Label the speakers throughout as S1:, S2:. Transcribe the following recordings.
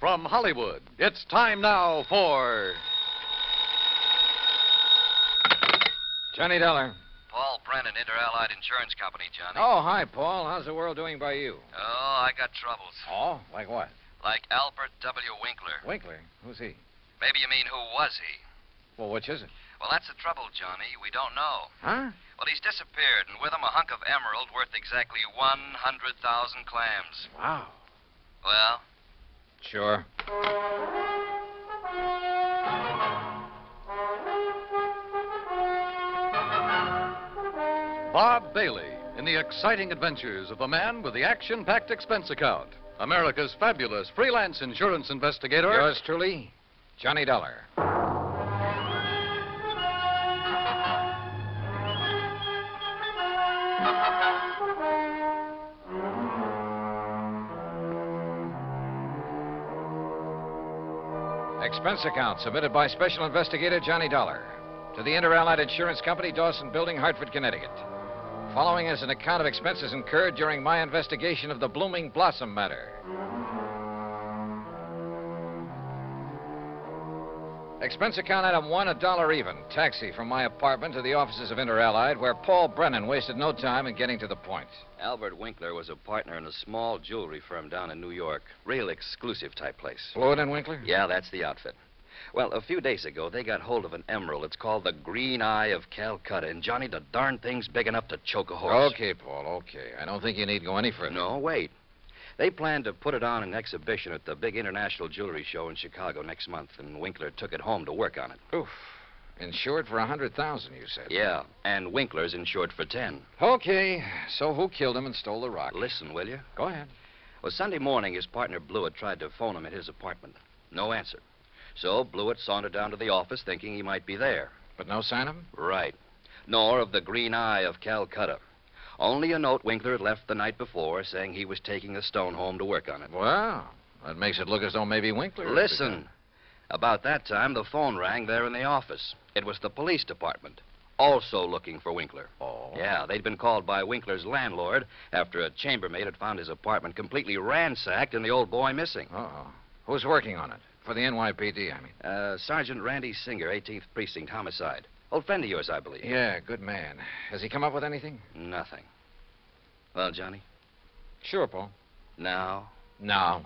S1: From Hollywood, it's time now for.
S2: Johnny Deller.
S3: Paul Brennan, Interallied Insurance Company, Johnny.
S2: Oh, hi, Paul. How's the world doing by you?
S3: Oh, I got troubles.
S2: Oh, like what?
S3: Like Albert W. Winkler.
S2: Winkler. Who's he?
S3: Maybe you mean who was he?
S2: Well, which is it?
S3: Well, that's the trouble, Johnny. We don't know.
S2: Huh?
S3: Well, he's disappeared, and with him a hunk of emerald worth exactly 100,000 clams.
S2: Wow.
S3: Well,
S2: Sure.
S1: Bob Bailey in the exciting adventures of the man with the action packed expense account. America's fabulous freelance insurance investigator.
S2: Yours truly, Johnny Dollar. Expense account submitted by Special Investigator Johnny Dollar to the Interallied Insurance Company, Dawson Building, Hartford, Connecticut. Following is an account of expenses incurred during my investigation of the Blooming Blossom matter. Expense account item one, a dollar even. Taxi from my apartment to the offices of Interallied, where Paul Brennan wasted no time in getting to the point.
S3: Albert Winkler was a partner in a small jewelry firm down in New York. Real exclusive type place.
S2: Floyd and Winkler?
S3: Yeah, that's the outfit. Well, a few days ago, they got hold of an emerald. It's called the Green Eye of Calcutta, and Johnny, the darn thing's big enough to choke a horse.
S2: Okay, Paul, okay. I don't think you need go any further.
S3: No, wait. They planned to put it on an exhibition at the big international jewelry show in Chicago next month, and Winkler took it home to work on it.
S2: Oof. Insured for a hundred thousand, you said.
S3: Yeah, and Winkler's insured for ten.
S2: Okay. So who killed him and stole the rock?
S3: Listen, will you?
S2: Go ahead.
S3: Well, Sunday morning, his partner Blewett tried to phone him at his apartment. No answer. So Blewett sauntered down to the office thinking he might be there.
S2: But no sign of him?
S3: Right. Nor of the Green Eye of Calcutta. Only a note Winkler had left the night before saying he was taking the stone home to work on it.
S2: Wow. That makes it look as though maybe Winkler. is the
S3: Listen. About that time, the phone rang there in the office. It was the police department, also looking for Winkler.
S2: guy. Oh.
S3: Yeah, they'd been called by Winkler's landlord after a chambermaid had found his apartment completely ransacked and the old boy missing.
S2: Uh-oh. Who's working on it? For the NYPD, I mean.
S3: Uh, Sergeant Randy Singer, 18th Precinct, homicide. Old friend of yours, I believe.
S2: Yeah, good man. Has he come up with anything?
S3: Nothing. Well, Johnny,
S2: Sure, Paul.
S3: now.
S2: No.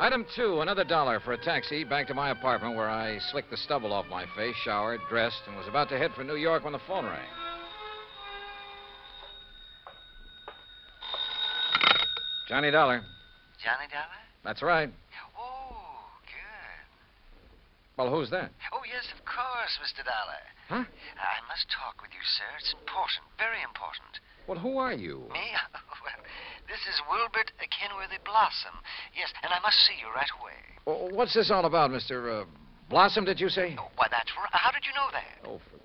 S2: Item two, another dollar for a taxi back to my apartment where I slicked the stubble off my face, showered, dressed, and was about to head for New York when the phone rang. Johnny Dollar.
S4: Johnny Dollar?
S2: That's right.
S4: Oh, good.
S2: Well, who's that?
S4: Oh, yes, of course, Mr. Dollar.
S2: Huh?
S4: I must talk with you, sir. It's important, very important.
S2: Well, who are you?
S4: Me? well, this is Wilbert Kenworthy Blossom. Yes, and I must see you right away.
S2: Well, What's this all about, Mr. Uh, Blossom, did you say?
S4: Oh, why, that's right. How did you know that?
S2: Oh, for-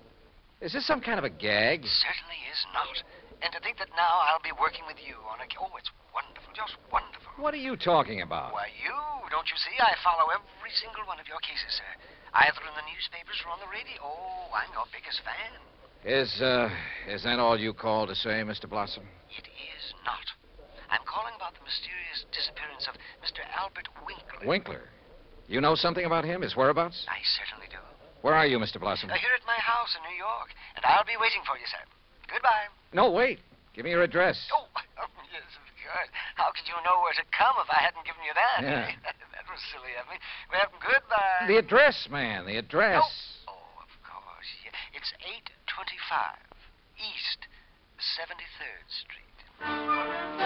S2: is this some kind of a gag?
S4: It certainly is not. And to think that now I'll be working with you on a. Oh, it's wonderful, just wonderful.
S2: What are you talking about?
S4: Why, you, don't you see? I follow every single one of your cases, sir. Either in the newspapers or on the radio. Oh, I'm your biggest fan.
S2: Is, uh, is that all you call to say, Mr. Blossom?
S4: It is not. I'm calling about the mysterious disappearance of Mr. Albert Winkler.
S2: Winkler. You know something about him, his whereabouts?
S4: I certainly do.
S2: Where are you, Mr. Blossom?
S4: Uh, here at my house in New York, and I'll be waiting for you, sir. Goodbye.
S2: No, wait. Give me your address.
S4: Oh, yes, of course. How could you know where to come if I hadn't given you that?
S2: Yeah.
S4: that was silly of me. Well, goodbye.
S2: The address, man, the address.
S4: Oh, of course. Yeah. It's 825 East 73rd Street.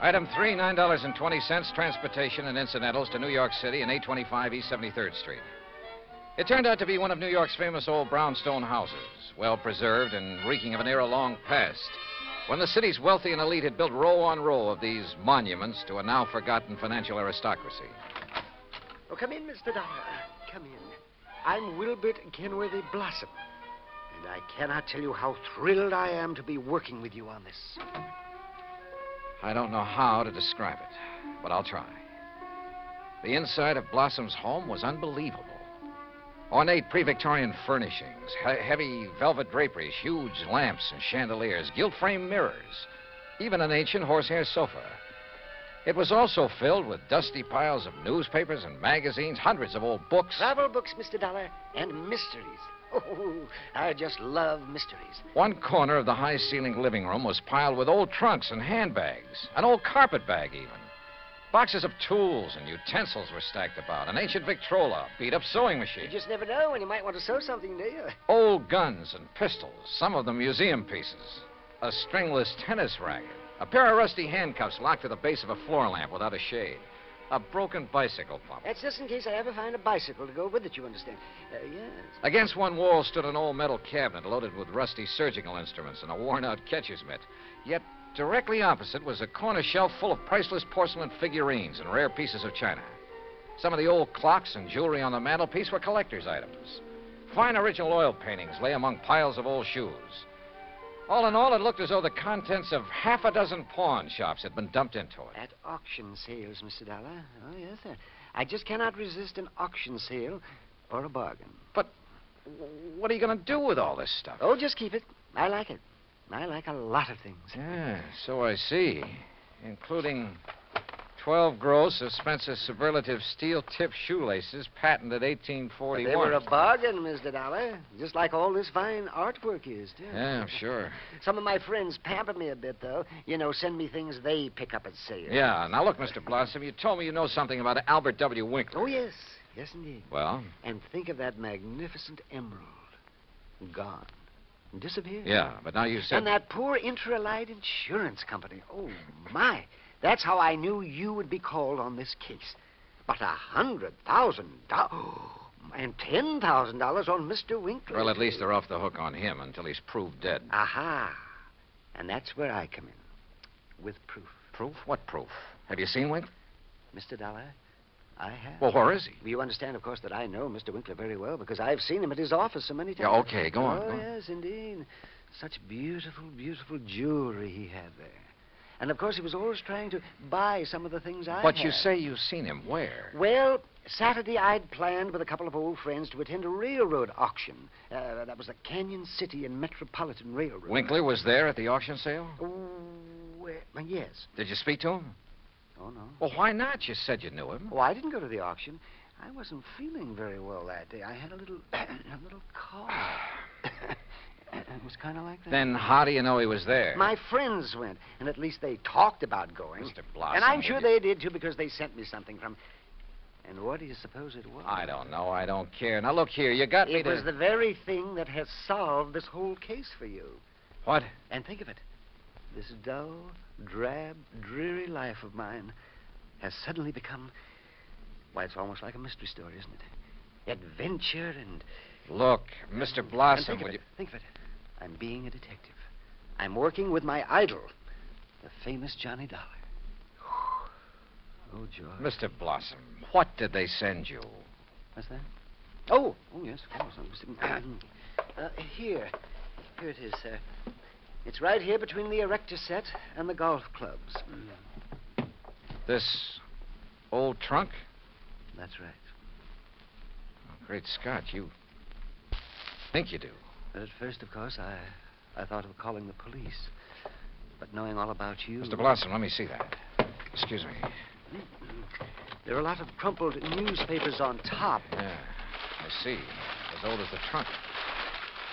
S2: Item three, nine dollars and twenty cents, transportation and incidentals to New York City and 825 East 73rd Street. It turned out to be one of New York's famous old brownstone houses, well preserved and reeking of an era long past, when the city's wealthy and elite had built row on row of these monuments to a now forgotten financial aristocracy.
S5: Oh, come in, Mr. Dollar. Come in. I'm Wilbert Kenworthy Blossom. And I cannot tell you how thrilled I am to be working with you on this.
S2: I don't know how to describe it, but I'll try. The inside of Blossom's home was unbelievable. Ornate pre Victorian furnishings, he- heavy velvet draperies, huge lamps and chandeliers, gilt framed mirrors, even an ancient horsehair sofa. It was also filled with dusty piles of newspapers and magazines, hundreds of old books.
S4: Travel books, Mr. Dollar, and mysteries. Oh, I just love mysteries.
S2: One corner of the high ceilinged living room was piled with old trunks and handbags, an old carpet bag, even. Boxes of tools and utensils were stacked about, an ancient Victrola, beat up sewing machine,
S4: You just never know when you might want to sew something, do you?
S2: old guns and pistols, some of them museum pieces, a stringless tennis racket, a pair of rusty handcuffs locked to the base of a floor lamp without a shade, a broken bicycle pump.
S4: That's just in case I ever find a bicycle to go with it, you understand. Uh, yes.
S2: Against one wall stood an old metal cabinet loaded with rusty surgical instruments and a worn out catcher's mitt. Yet directly opposite was a corner shelf full of priceless porcelain figurines and rare pieces of china. Some of the old clocks and jewelry on the mantelpiece were collector's items. Fine original oil paintings lay among piles of old shoes. All in all, it looked as though the contents of half a dozen pawn shops had been dumped into it.
S4: At auction sales, Mr. Dollar. Oh, yes, sir. I just cannot resist an auction sale or a bargain.
S2: What are you going to do with all this stuff?
S4: Oh, just keep it. I like it. I like a lot of things.
S2: Yeah, so I see. Including 12 gross of Spencer's superlative steel tip shoelaces, patented
S4: But
S2: 1841.
S4: They were a bargain, Mr. Dollar. Just like all this fine artwork is, too.
S2: Yeah, I'm sure.
S4: Some of my friends pamper me a bit, though. You know, send me things they pick up at sale.
S2: Yeah, now look, Mr. Blossom, you told me you know something about Albert W. Winkler.
S4: Oh, yes. Yes, indeed.
S2: Well,
S4: And think of that magnificent emerald. Gone. Disappeared.
S2: yeah, but now you said.
S4: And that poor Interallied Insurance Company. Oh, my. That's how I knew you would be called on this case. But a hundred thousand dollars and ten thousand dollars on Mr. Winkler.
S2: Well, at least they're off the hook on him until he's proved dead.
S4: Ah, Aha. And that's where I come in. With proof.
S2: Proof? What proof? Have you seen Winkler?
S4: Mr. Dollar, I have.
S2: Well, where is he?
S4: You understand, of course, that I know Mr. Winkler very well because I've seen him at his office so many
S2: Yeah,
S4: times.
S2: okay, go on,
S4: Oh,
S2: go on.
S4: yes, indeed. Such beautiful, beautiful jewelry he had there. And, of course, he was always trying to buy some of the things I
S2: but
S4: had.
S2: you say you've seen him where?
S4: Well, Saturday I'd planned with a couple of old friends to attend a railroad auction. Uh, that was the Canyon City and Metropolitan Railroad.
S2: Winkler was there at the auction sale?
S4: Oh, uh, yes.
S2: Did you speak to him?
S4: Oh, no.
S2: Well, why not? You said you knew him.
S4: Oh, I didn't go to the auction. I wasn't feeling very well that day. I had a little, a little cough. it was kind of like that.
S2: Then how do you know he was there?
S4: My friends went, and at least they talked about going.
S2: Mr. Blossom.
S4: and I'm
S2: will
S4: sure
S2: you-
S4: they did too, because they sent me something from. And what do you suppose it was?
S2: I don't know. I don't care. Now look here. You got me
S4: It
S2: to.
S4: was the very thing that has solved this whole case for you.
S2: What?
S4: And think of it. This dull, drab, dreary life of mine has suddenly become. Why, it's almost like a mystery story, isn't it? Adventure and.
S2: Look, Mr.
S4: and
S2: Blossom,
S4: think of
S2: will
S4: it.
S2: you?
S4: Think of it. I'm being a detective. I'm working with my idol, the famous Johnny Dollar. Oh, George.
S2: Mr. Blossom, what did they send you?
S4: What's that? Oh, oh yes, of course. I'm just- uh, here, here it is, sir. It's right here between the erector set and the golf clubs. Mm,
S2: This old trunk? Oh,
S4: That's right.
S2: Great Scott, you think you do.
S4: But at first, of course, I, I thought of calling the police. But knowing all about you,
S2: Mr. Blossom, let me see that. Excuse me.
S4: there are a lot of crumpled newspapers on top.
S2: Yeah, I see. As old as the trunk.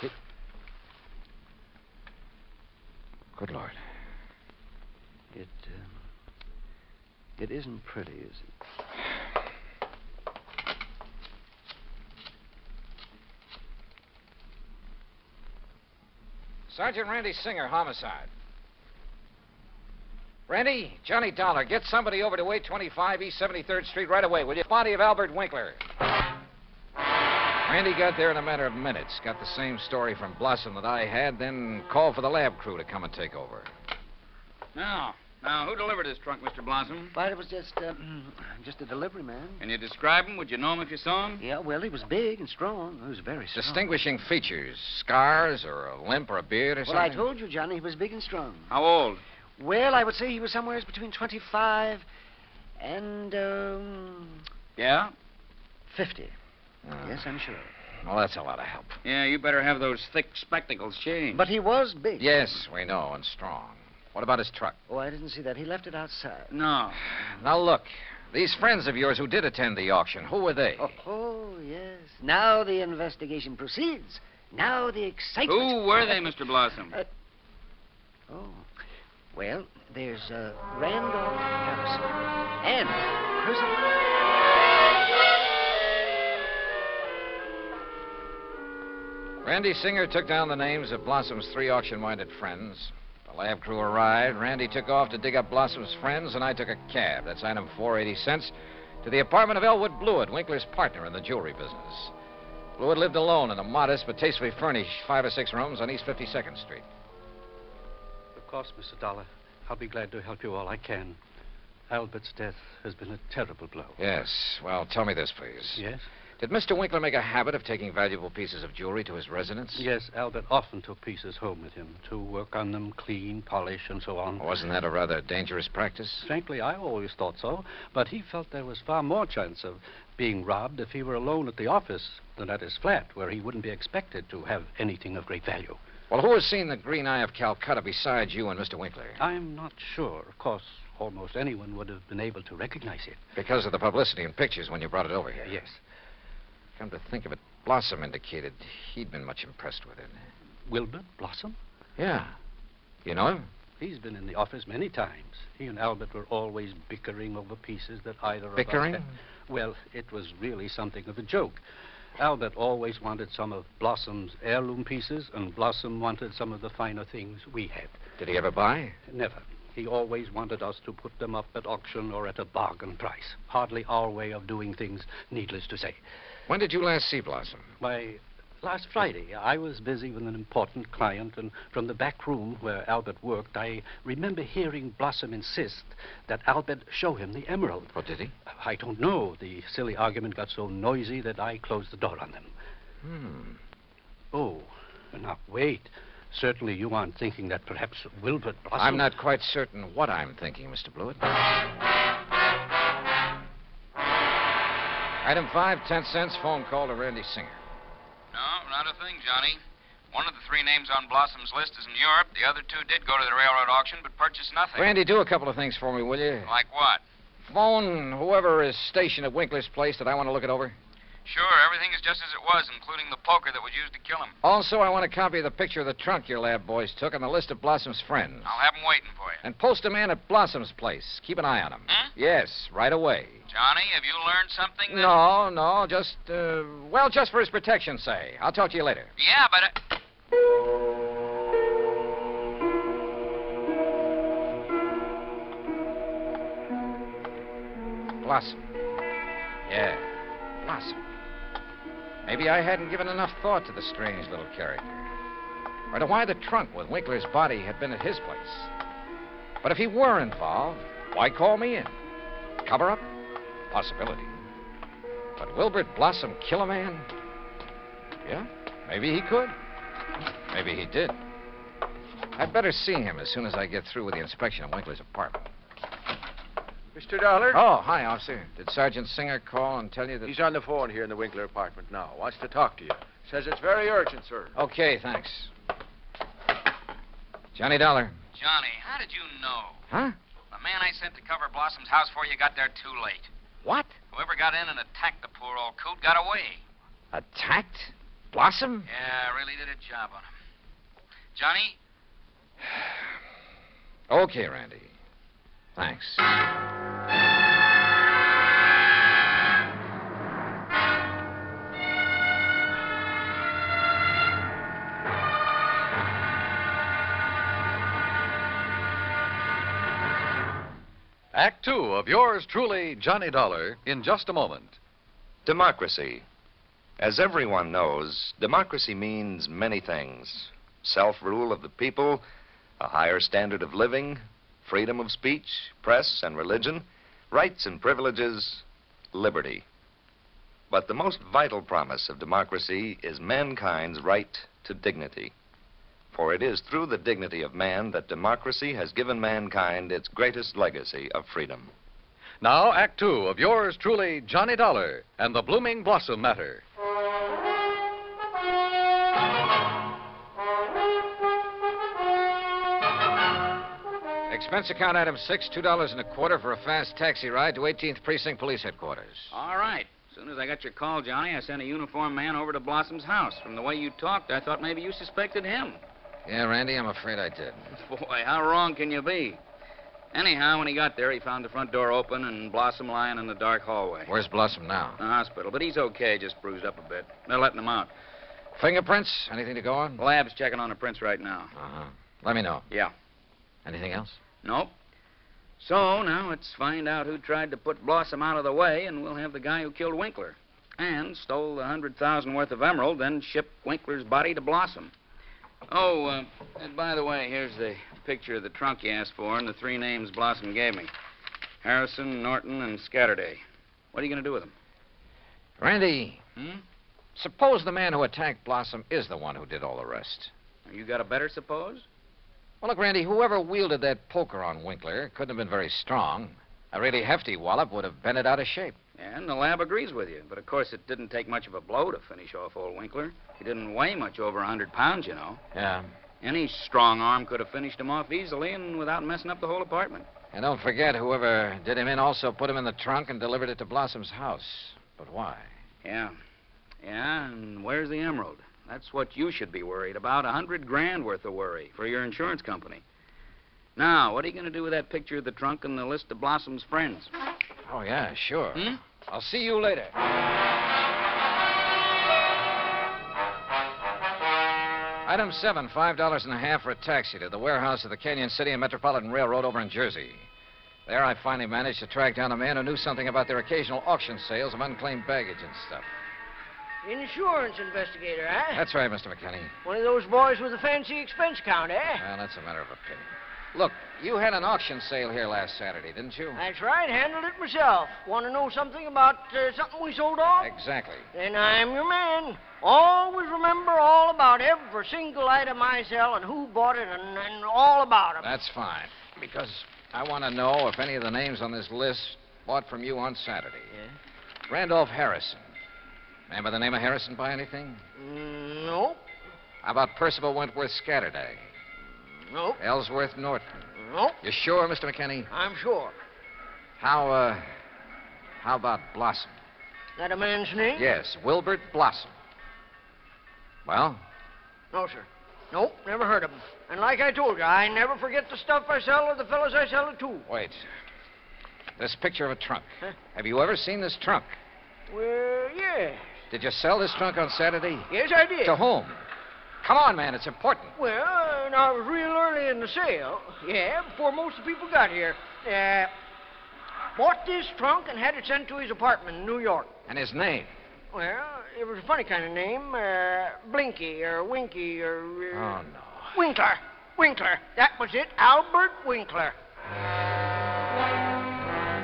S2: It- Good Lord.
S4: It, um, it isn't pretty, is it?
S2: Sergeant Randy Singer, homicide. Randy, Johnny Dollar, get somebody over to 825 East 73rd Street right away, will you? Body of Albert Winkler. Randy got there in a matter of minutes, got the same story from Blossom that I had, then called for the lab crew to come and take over.
S3: Now, now, who delivered this trunk, Mr. Blossom?
S4: But it was just, um, just a delivery man.
S3: Can you describe him? Would you know him if you saw him?
S4: Yeah, well, he was big and strong. He was very strong.
S2: Distinguishing features scars or a limp or a beard or
S4: Well, I
S2: something?
S4: told you, Johnny, he was big and strong.
S3: How old?
S4: Well, I would say he was somewhere between 25 and um,
S3: Yeah.
S4: 50.
S2: Ah.
S4: Yes, I'm sure.
S2: Uh, Well, that's a lot of help.
S3: Yeah, you better have those thick spectacles changed.
S4: But he was big.
S2: Hmm. Yes, we know, and strong. What about his truck?
S4: Oh, I didn't see that. He left it outside.
S3: No.
S2: Now, look. These friends of yours who did attend the auction, who were they?
S4: Oh, oh, yes. Now the investigation proceeds. Now the excitement.
S3: Who were they, Mr. Blossom?
S4: Uh, Oh. Well, there's uh, Randolph Harrison and Percy.
S2: Randy Singer took down the names of Blossom's three auction minded friends. The lab crew arrived. Randy took off to dig up Blossom's friends, and I took a cab. That's item 480 cents. To the apartment of Elwood Blewett, Winkler's partner in the jewelry business. Blewett lived alone in a modest but tastefully furnished five or six rooms on East 52nd Street.
S6: Of course, Mr. Dollar. I'll be glad to help you all I can. Albert's death has been a terrible blow.
S2: Yes. Well, tell me this, please.
S6: Yes?
S2: Did Mr. Winkler make a habit of taking valuable pieces of jewelry to his residence?
S6: Yes, Albert often took pieces home with him to work on them, clean, polish, and so on.
S2: Wasn't that a rather dangerous practice?
S6: Frankly, I always thought so, but he felt there was far more chance of being robbed if he were alone at the office than at his flat, where he wouldn't be expected to have anything of great value.
S2: Well, who has seen the Green Eye of Calcutta besides you and Mr. Winkler?
S6: I'm not sure. Of course, almost anyone would have been able to recognize it.
S2: Because of the publicity and pictures when you brought it over here.
S6: Yes.
S2: Come to think of it, Blossom indicated he'd been much impressed with it.
S6: Wilbert Blossom?
S2: Yeah. You know him?
S6: He's been in the office many times. He and Albert were always bickering over pieces that either of us
S2: Bickering?
S6: had- Well, it was really something of a joke. Albert always wanted some of Blossom's heirloom pieces, and Blossom wanted some of the finer things we had.
S2: Did he ever buy?
S6: Never. He always wanted us to put them up at auction or at a bargain price. Hardly our way of doing things, needless to say.
S2: When did you last see Blossom?
S6: Why, last Friday, I was busy with an important client, and from the back room where Albert worked, I remember hearing Blossom insist that Albert show him the emerald.
S2: Oh, did he?
S6: I don't know. The silly argument got so noisy that I closed the door on them.
S2: Hmm.
S6: Oh, now wait. Certainly you aren't thinking that perhaps Wilbert Blossom.
S2: I'm not quite certain what I'm thinking, Mr. Blewett. Item five, ten cents, phone call to Randy Singer.
S3: No, not a thing, Johnny. One of the three names on Blossom's list is in Europe. The other two did go to the railroad auction, but purchased nothing.
S2: Randy, do a couple of things for me, will you?
S3: Like what?
S2: Phone whoever is stationed at Winkler's place that I want to look it over.
S3: Sure, everything is just as it was, including the poker that was used to kill him.
S2: Also, I want a copy of the picture of the trunk your lab boys took and the list of Blossom's friends.
S3: I'll have him waiting for you.
S2: And post a man at Blossom's place. Keep an eye on him.
S3: Hmm?
S2: Yes, right away.
S3: Johnny, have you learned something? that-
S2: No, no, just, uh, well, just for his protection, say. I'll talk to you later.
S3: Yeah, but. Uh...
S2: Blossom. Yeah, Blossom. Maybe I hadn't given enough thought to the strange little character. Or to why the trunk with Winkler's body had been at his place. But if he were involved, why call me in? Cover up? Possibility. But Wilbert Blossom kill a man? Yeah, maybe he could. Maybe he did. I'd better see him as soon as I get through with the inspection of Winkler's apartment.
S7: Mr. Dollar?
S2: Oh, hi, officer. Did Sergeant Singer call and tell you that.
S7: He's on the phone here in the Winkler apartment now. Wants to talk to you. Says it's very urgent, sir.
S2: Okay, thanks. Johnny Dollar.
S3: Johnny, how did you know?
S2: Huh?
S3: The man I sent to cover Blossom's house for you got there too late.
S2: What?
S3: Whoever got in and attacked the poor old coot got away.
S2: Attacked? Blossom?
S3: Yeah, really did a job on him. Johnny,
S2: Okay, Randy. Thanks.
S1: Act two of yours truly, Johnny Dollar, in just a moment.
S8: Democracy. As everyone knows, democracy means many things self rule of the people, a higher standard of living, freedom of speech, press, and religion, rights and privileges, liberty. But the most vital promise of democracy is mankind's right to dignity. For it is through the dignity of man that democracy has given mankind its greatest legacy of freedom.
S1: Now, Act Two of yours truly, Johnny Dollar and the Blooming Blossom Matter.
S2: Expense account item six, two dollars and a quarter for a fast taxi ride to 18th Precinct Police Headquarters.
S3: All right. As soon as I got your call, Johnny, I sent a uniformed man over to Blossom's house. From the way you talked, I thought maybe you suspected him.
S2: Yeah, Randy, I'm afraid I did.
S3: Boy, how wrong can you be? Anyhow, when he got there, he found the front door open and Blossom lying in the dark hallway.
S2: Where's Blossom now?
S3: The hospital, but he's okay, just bruised up a bit. They're letting him out.
S2: Fingerprints? Anything to go on?
S3: The lab's checking on the prints right now.
S2: Uh-huh. Let me know.
S3: Yeah.
S2: Anything else?
S3: Nope. So now let's find out who tried to put Blossom out of the way, and we'll have the guy who killed Winkler and stole the hundred thousand worth of emerald, then shipped Winkler's body to Blossom. Oh, uh, and by the way, here's the picture of the trunk you asked for and the three names Blossom gave me: Harrison, Norton, and Scatterday. What are you going to do with them?
S2: Randy,
S3: Hmm?
S2: suppose the man who attacked Blossom is the one who did all the rest.
S3: You got a better suppose?
S2: Well, look, Randy, whoever wielded that poker on Winkler couldn't have been very strong. A really hefty wallop would have bent it out of shape.
S3: And the lab agrees with you. But of course, it didn't take much of a blow to finish off old Winkler. He didn't weigh much over a hundred pounds, you know.
S2: Yeah.
S3: Any strong arm could have finished him off easily and without messing up the whole apartment.
S2: And don't forget, whoever did him in also put him in the trunk and delivered it to Blossom's house. But why?
S3: Yeah. Yeah, and where's the emerald? That's what you should be worried about. A hundred grand worth of worry for your insurance company. Now, what are you going to do with that picture of the trunk and the list of Blossom's friends?
S2: Oh, yeah, sure.
S3: Hmm?
S2: I'll see you later. Item seven, five dollars and a half for a taxi to the warehouse of the Canyon City and Metropolitan Railroad over in Jersey. There, I finally managed to track down a man who knew something about their occasional auction sales of unclaimed baggage and stuff.
S4: Insurance investigator, eh?
S2: That's right, Mr. McKinney.
S4: One of those boys with a fancy expense account, eh?
S3: Uh.
S2: Well, that's a matter of opinion. Look, you had an auction sale here last Saturday, didn't you?
S4: That's right, handled it myself. Want to know something about uh, something we sold off?
S2: Exactly.
S4: Then I'm your man. Always remember all about every single item I sell and who bought it and, and all about 'em.
S2: That's fine. Because I want to know if any of the names on this list bought from you on Saturday. Randolph Harrison. Man by the name of Harrison buy anything?
S4: Mm, nope,
S2: How about Percival Wentworth Scatterday?
S4: nope,
S2: Ellsworth Norton.
S4: nope.
S2: You sure, Mr. McKinney?
S4: I'm sure.
S2: How, uh. How about Blossom?
S4: That a man's name?
S2: Yes, Wilbert Blossom. Well,
S4: No, sir. Nope, never heard of 'em. And like I told you, I never forget the stuff I sell or the fellas I sell it to.
S2: wait. This picture of a trunk.
S4: Huh?
S2: Have you ever seen this trunk?
S4: Well, yeah.
S2: Did you sell this trunk on Saturday?
S4: Yes, I did.
S2: To whom? Come on, man, it's important.
S4: Well, and I was real early in the sale. Yeah, before most of the people got here. Uh, bought this trunk and had it sent to his apartment in New York.
S2: And his name.
S4: Well, it was a funny kind of name. Uh, Blinky or Winky or. Uh,
S2: Oh, no.
S4: Winkler. Winkler. That was it. Albert Winkler.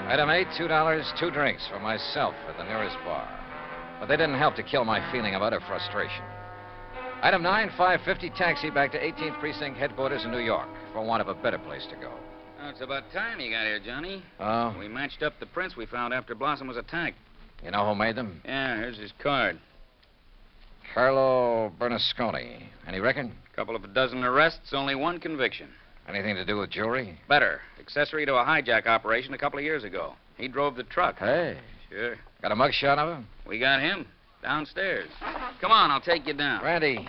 S2: Item eight, two dollars, two drinks for myself at the nearest bar. But they didn't help to kill my feeling of utter frustration. Item nine, five fifty taxi back to 18th Precinct headquarters in New York for want of a better place to go.
S3: Oh, it's about time you got here, Johnny.
S2: Oh,
S3: We matched up the prints we found after Blossom was attacked.
S2: you know who made them?
S3: Yeah, here's his card.
S2: Carlo Bernasconi. Any reckon?
S3: Couple of a dozen arrests, only one conviction.
S2: Anything to do with jewelry?
S3: Better. Accessory to a hijack operation a couple of years ago. He drove the truck.
S2: Hey,
S3: Sure.
S2: got a mugshot of him?
S3: We got him downstairs. Come on, I'll take you down.
S2: Randy,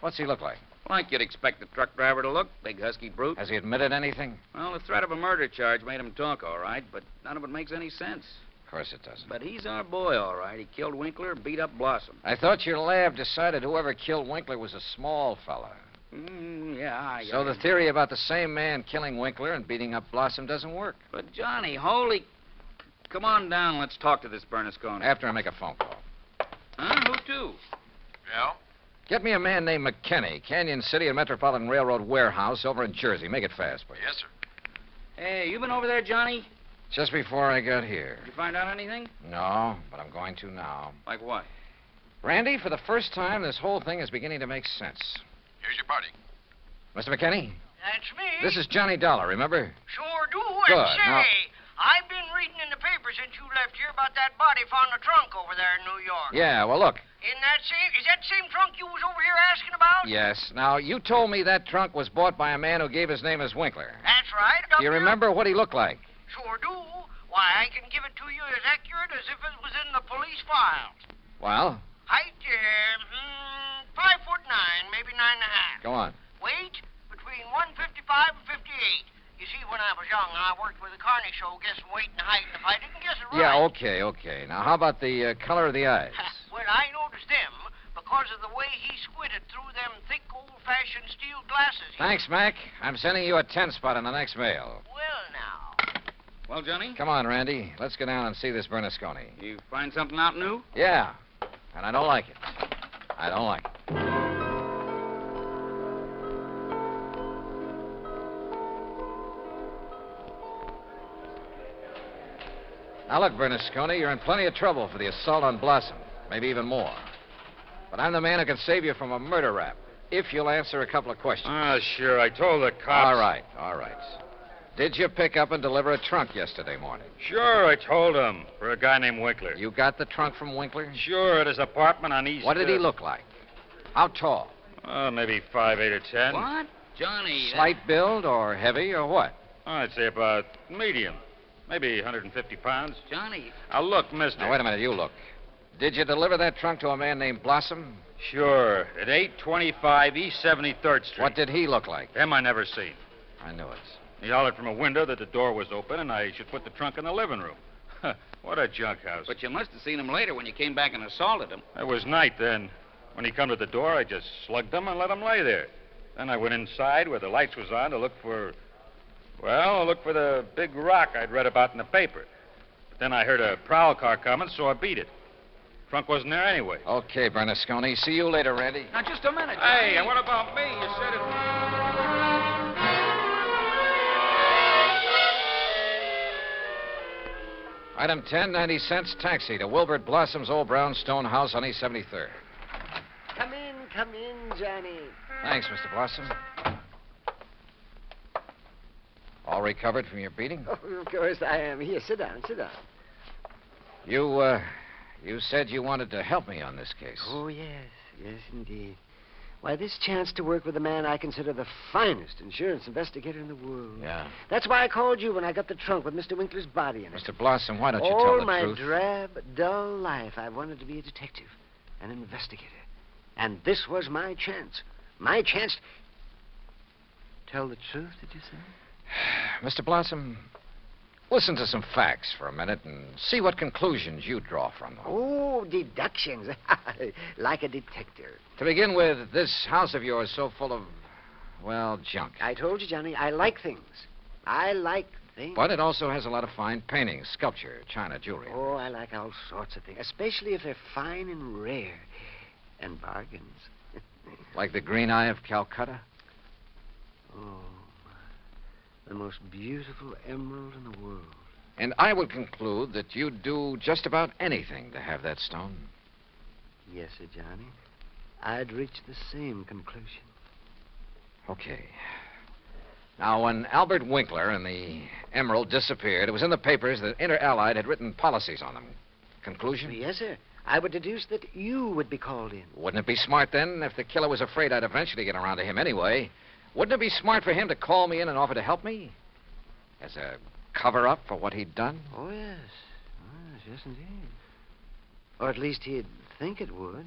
S2: what's he look like?
S3: Like you'd expect the truck driver to look, big husky brute.
S2: Has he admitted anything?
S3: Well, the threat of a murder charge made him talk, all right, but none of it makes any sense.
S2: Of course it doesn't.
S3: But he's our boy, all right. He killed Winkler, beat up Blossom.
S2: I thought your lab decided whoever killed Winkler was a small fella.
S3: Mm, yeah, I.
S2: So the theory about the same man killing Winkler and beating up Blossom doesn't work.
S3: But Johnny, holy. Come on down. Let's talk to this Bernasconi.
S2: After I make a phone call.
S3: Huh? Who to?
S7: Yeah?
S2: Get me a man named McKinney, Canyon City and Metropolitan Railroad Warehouse over in Jersey. Make it fast, please.
S7: Yes, sir.
S3: Hey, you been over there, Johnny?
S2: Just before I got here.
S3: Did you find out anything?
S2: No, but I'm going to now.
S3: Like what?
S2: Randy, for the first time, this whole thing is beginning to make sense.
S7: Here's your party.
S2: Mr. McKinney,
S4: That's me.
S2: this is Johnny Dollar, remember?
S4: Sure do.
S2: Good.
S4: And say,
S2: Now-
S4: I've been reading in the paper since you left here about that body found in the trunk over there in New York.
S2: Yeah, well, look.
S4: In that same is that same trunk you was over here asking about?
S2: Yes. Now, you told me that trunk was bought by a man who gave his name as Winkler.
S4: That's right.
S2: Do you remember what he looked like?
S4: Sure do. Why, I can give it to you as accurate as if it was in the police files.
S2: Well,
S4: Height, uh, mm, five foot nine, maybe nine and a half.
S2: go on.
S4: Weight, between 155 and 58. You see, when I was young, I worked with the Carney show guessing weight and height, and if I didn't guess it
S2: Yeah,
S4: right...
S2: okay, okay. Now, how about the uh, color of the eyes?
S4: Well, I noticed them because of the way he squinted through them thick, old-fashioned steel glasses.
S2: Thanks, Mac. I'm sending you a 10 spot on the next mail.
S4: Well, now.
S3: Well, Johnny,
S2: Come on, Randy. Let's go down and see this Bernasconi.
S3: you find something out new?
S2: Yeah, and I don't like it. I don't like it. Now, look, Bernasconi, you're in plenty of trouble for the assault on Blossom, maybe even more. But I'm the man who can save you from a murder rap if you'll answer a couple of questions.
S7: Ah, sure. I told the cops.
S2: All right, all right. Did you pick up and deliver a trunk yesterday morning?
S7: Sure, I told him. For a guy named Winkler.
S2: You got the trunk from Winkler?
S7: Sure, at his apartment on East.
S2: What did he look like? How tall?
S7: Oh, maybe five, eight, or ten.
S3: What? Johnny. that-
S2: Slight build or heavy or what?
S7: I'd say about medium. Maybe 150 pounds.
S3: Johnny.
S7: Now, look, mister.
S2: Now, wait a minute, you look. Did you deliver that trunk to a man named Blossom?
S7: Sure. At 825 East 73rd Street.
S2: What did he look like?
S7: Him I never seen.
S2: I knew it.
S7: He hollered from a window that the door was open and I should put the trunk in the living room. Huh, what a junk house.
S3: But you must have seen him later when you came back and assaulted him.
S7: It was night then. When he come to the door, I just slugged him and let him lay there. Then I went inside where the lights was on to look for, well, look for the big rock I'd read about in the paper. But then I heard a prowl car coming, so I beat it. Trunk wasn't there anyway.
S2: Okay, Bernasconi. See you later, Randy.
S3: Now, just a minute, Johnny.
S7: Hey, and what about me? You said it.
S2: Item 10, 90 cents, taxi to Wilbert Blossom's old brownstone house on East 73rd.
S9: Come in, come in, Johnny.
S2: Thanks, Mr. Blossom. All recovered from your beating?
S9: Oh, of course I am. Here, sit down, sit down.
S2: You, uh, you said you wanted to help me on this case.
S9: Oh, yes, yes, indeed. Why, this chance to work with a man I consider the finest insurance investigator in the world.
S2: Yeah.
S9: That's why I called you when I got the trunk with Mr. Winkler's body in it.
S2: Mr. Blossom, why don't you tell
S9: All
S2: the
S9: Oh, my
S2: truth?
S9: drab, dull life, I wanted to be a detective, an investigator. And this was my chance. My chance. Tell the truth, did you say?
S2: Mr. Blossom, listen to some facts for a minute and see what conclusions you draw from them.
S9: Oh, deductions. like a detective.
S2: To begin with, this house of yours so full of, well, junk.
S9: I told you, Johnny, I like things. I like things.
S2: But it also has a lot of fine paintings, sculpture, china, jewelry.
S9: Oh, I like all sorts of things, especially if they're fine and rare. And bargains.
S2: Like the green eye of Calcutta.
S9: Oh, the most beautiful emerald in the world.
S2: And I would conclude that you'd do just about anything to have that stone.
S9: Yes, sir, Johnny. I'd reached the same conclusion.
S2: Okay. Now, when Albert Winkler and the Emerald disappeared, it was in the papers that Inter Allied had written policies on them. Conclusion?
S9: Yes, sir. I would deduce that you would be called in.
S2: Wouldn't it be smart then, if the killer was afraid I'd eventually get around to him anyway? Wouldn't it be smart for him to call me in and offer to help me? As a cover up for what he'd done?
S9: Oh, yes. Yes, yes, indeed. Or at least he'd think it would.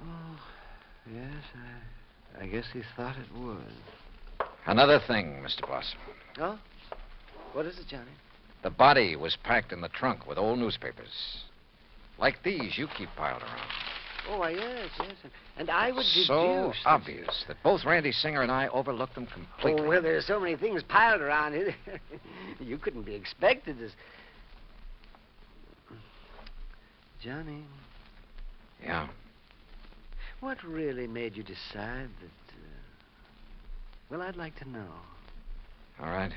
S9: Oh, yes, I, I guess he thought it would.
S2: Another thing, Mr. Blossom.
S9: Oh? What is it, Johnny?
S2: The body was packed in the trunk with old newspapers. Like these you keep piled around.
S9: Oh, why, yes, yes. And I would deduce.
S2: so
S9: that-
S2: obvious that both Randy Singer and I overlooked them completely.
S9: Oh, well, there's so many things piled around here. you couldn't be expected to. s- Johnny,
S2: Yeah.
S9: what really made you decide that. Uh... Well, I'd like to know.
S2: All right.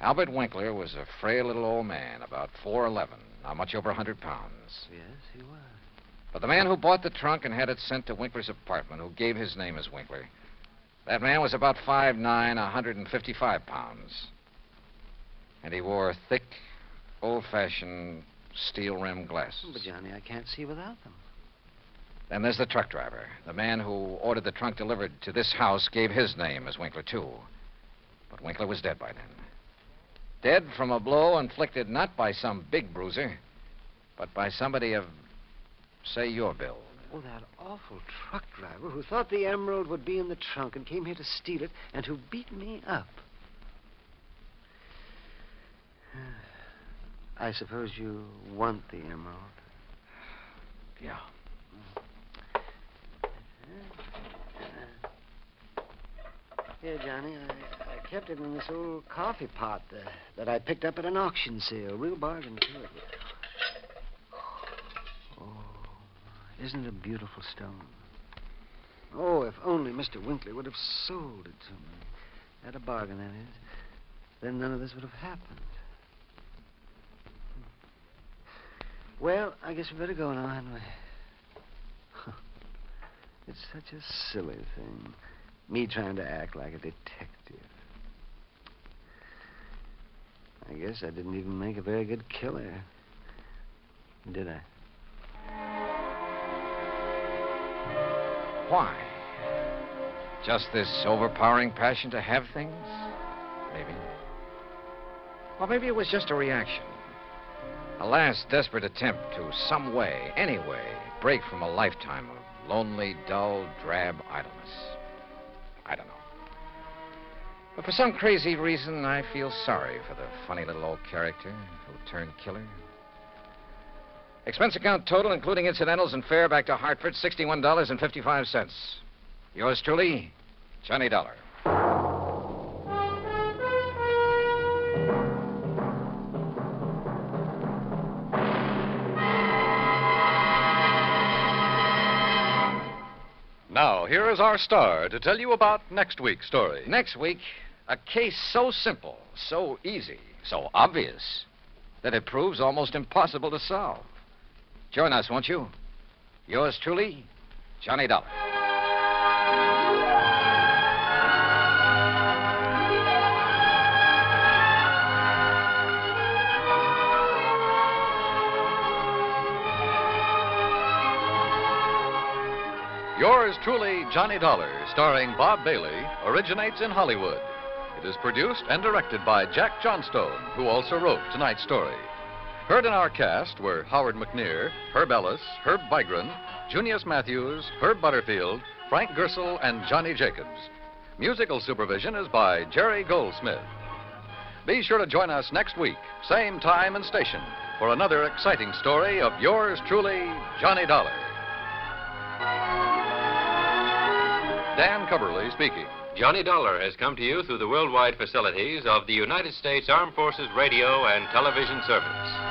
S2: Albert Winkler was a frail little old man, about 4'11, not much over a 100 pounds.
S9: Yes, he was.
S2: But the man who bought the trunk and had it sent to Winkler's apartment, who gave his name as Winkler, that man was about 5'9, 155 pounds. And he wore thick, old fashioned, steel rimmed glasses.
S9: But, Johnny, I can't see without them.
S2: Then there's the truck driver. The man who ordered the trunk delivered to this house gave his name as Winkler, too. But Winkler was dead by then. Dead from a blow inflicted not by some big bruiser, but by somebody of, say, your build.
S9: Oh, that awful truck driver who thought the emerald would be in the trunk and came here to steal it and who beat me up. I suppose you want the emerald.
S2: Yeah.
S9: Here, Johnny, I, I kept it in this old coffee pot that, that I picked up at an auction sale. Real bargain, too. Oh, isn't it a beautiful stone? Oh, if only Mr. Winkley would have sold it to me. At a bargain, that is. Then none of this would have happened. Well, I guess we better go now, hadn't we? Huh. It's such a silly thing. Me trying to act like a detective. I guess I didn't even make a very good killer. Did I?
S2: Why? Just this overpowering passion to have things? Maybe. Or maybe it was just a reaction. A last desperate attempt to, some way, any way, break from a lifetime of lonely, dull, drab idleness. I don't know. But for some crazy reason, I feel sorry for the funny little old character who turned killer. Expense account total, including incidentals and fare back to Hartford, $61.55. Yours truly, Johnny Dollar.
S6: Now, here is our star to tell you about next week's story.
S2: Next week, a case so simple, so easy, so obvious, that it proves almost impossible to solve. Join us, won't you? Yours truly, Johnny Dollar.
S6: Yours truly, Johnny Dollar, starring Bob Bailey, originates in Hollywood. It is produced and directed by Jack Johnstone, who also wrote tonight's story. Heard in our cast were Howard McNear, Herb Ellis, Herb Bygren, Junius Matthews, Herb Butterfield, Frank Gersel, and Johnny Jacobs. Musical supervision is by Jerry Goldsmith. Be sure to join us next week, same time and station, for another exciting story of yours truly, Johnny Dollar. Dan Cumberly speaking.
S7: Johnny Dollar has come to you through the worldwide facilities of the United States Armed Forces Radio and Television Service.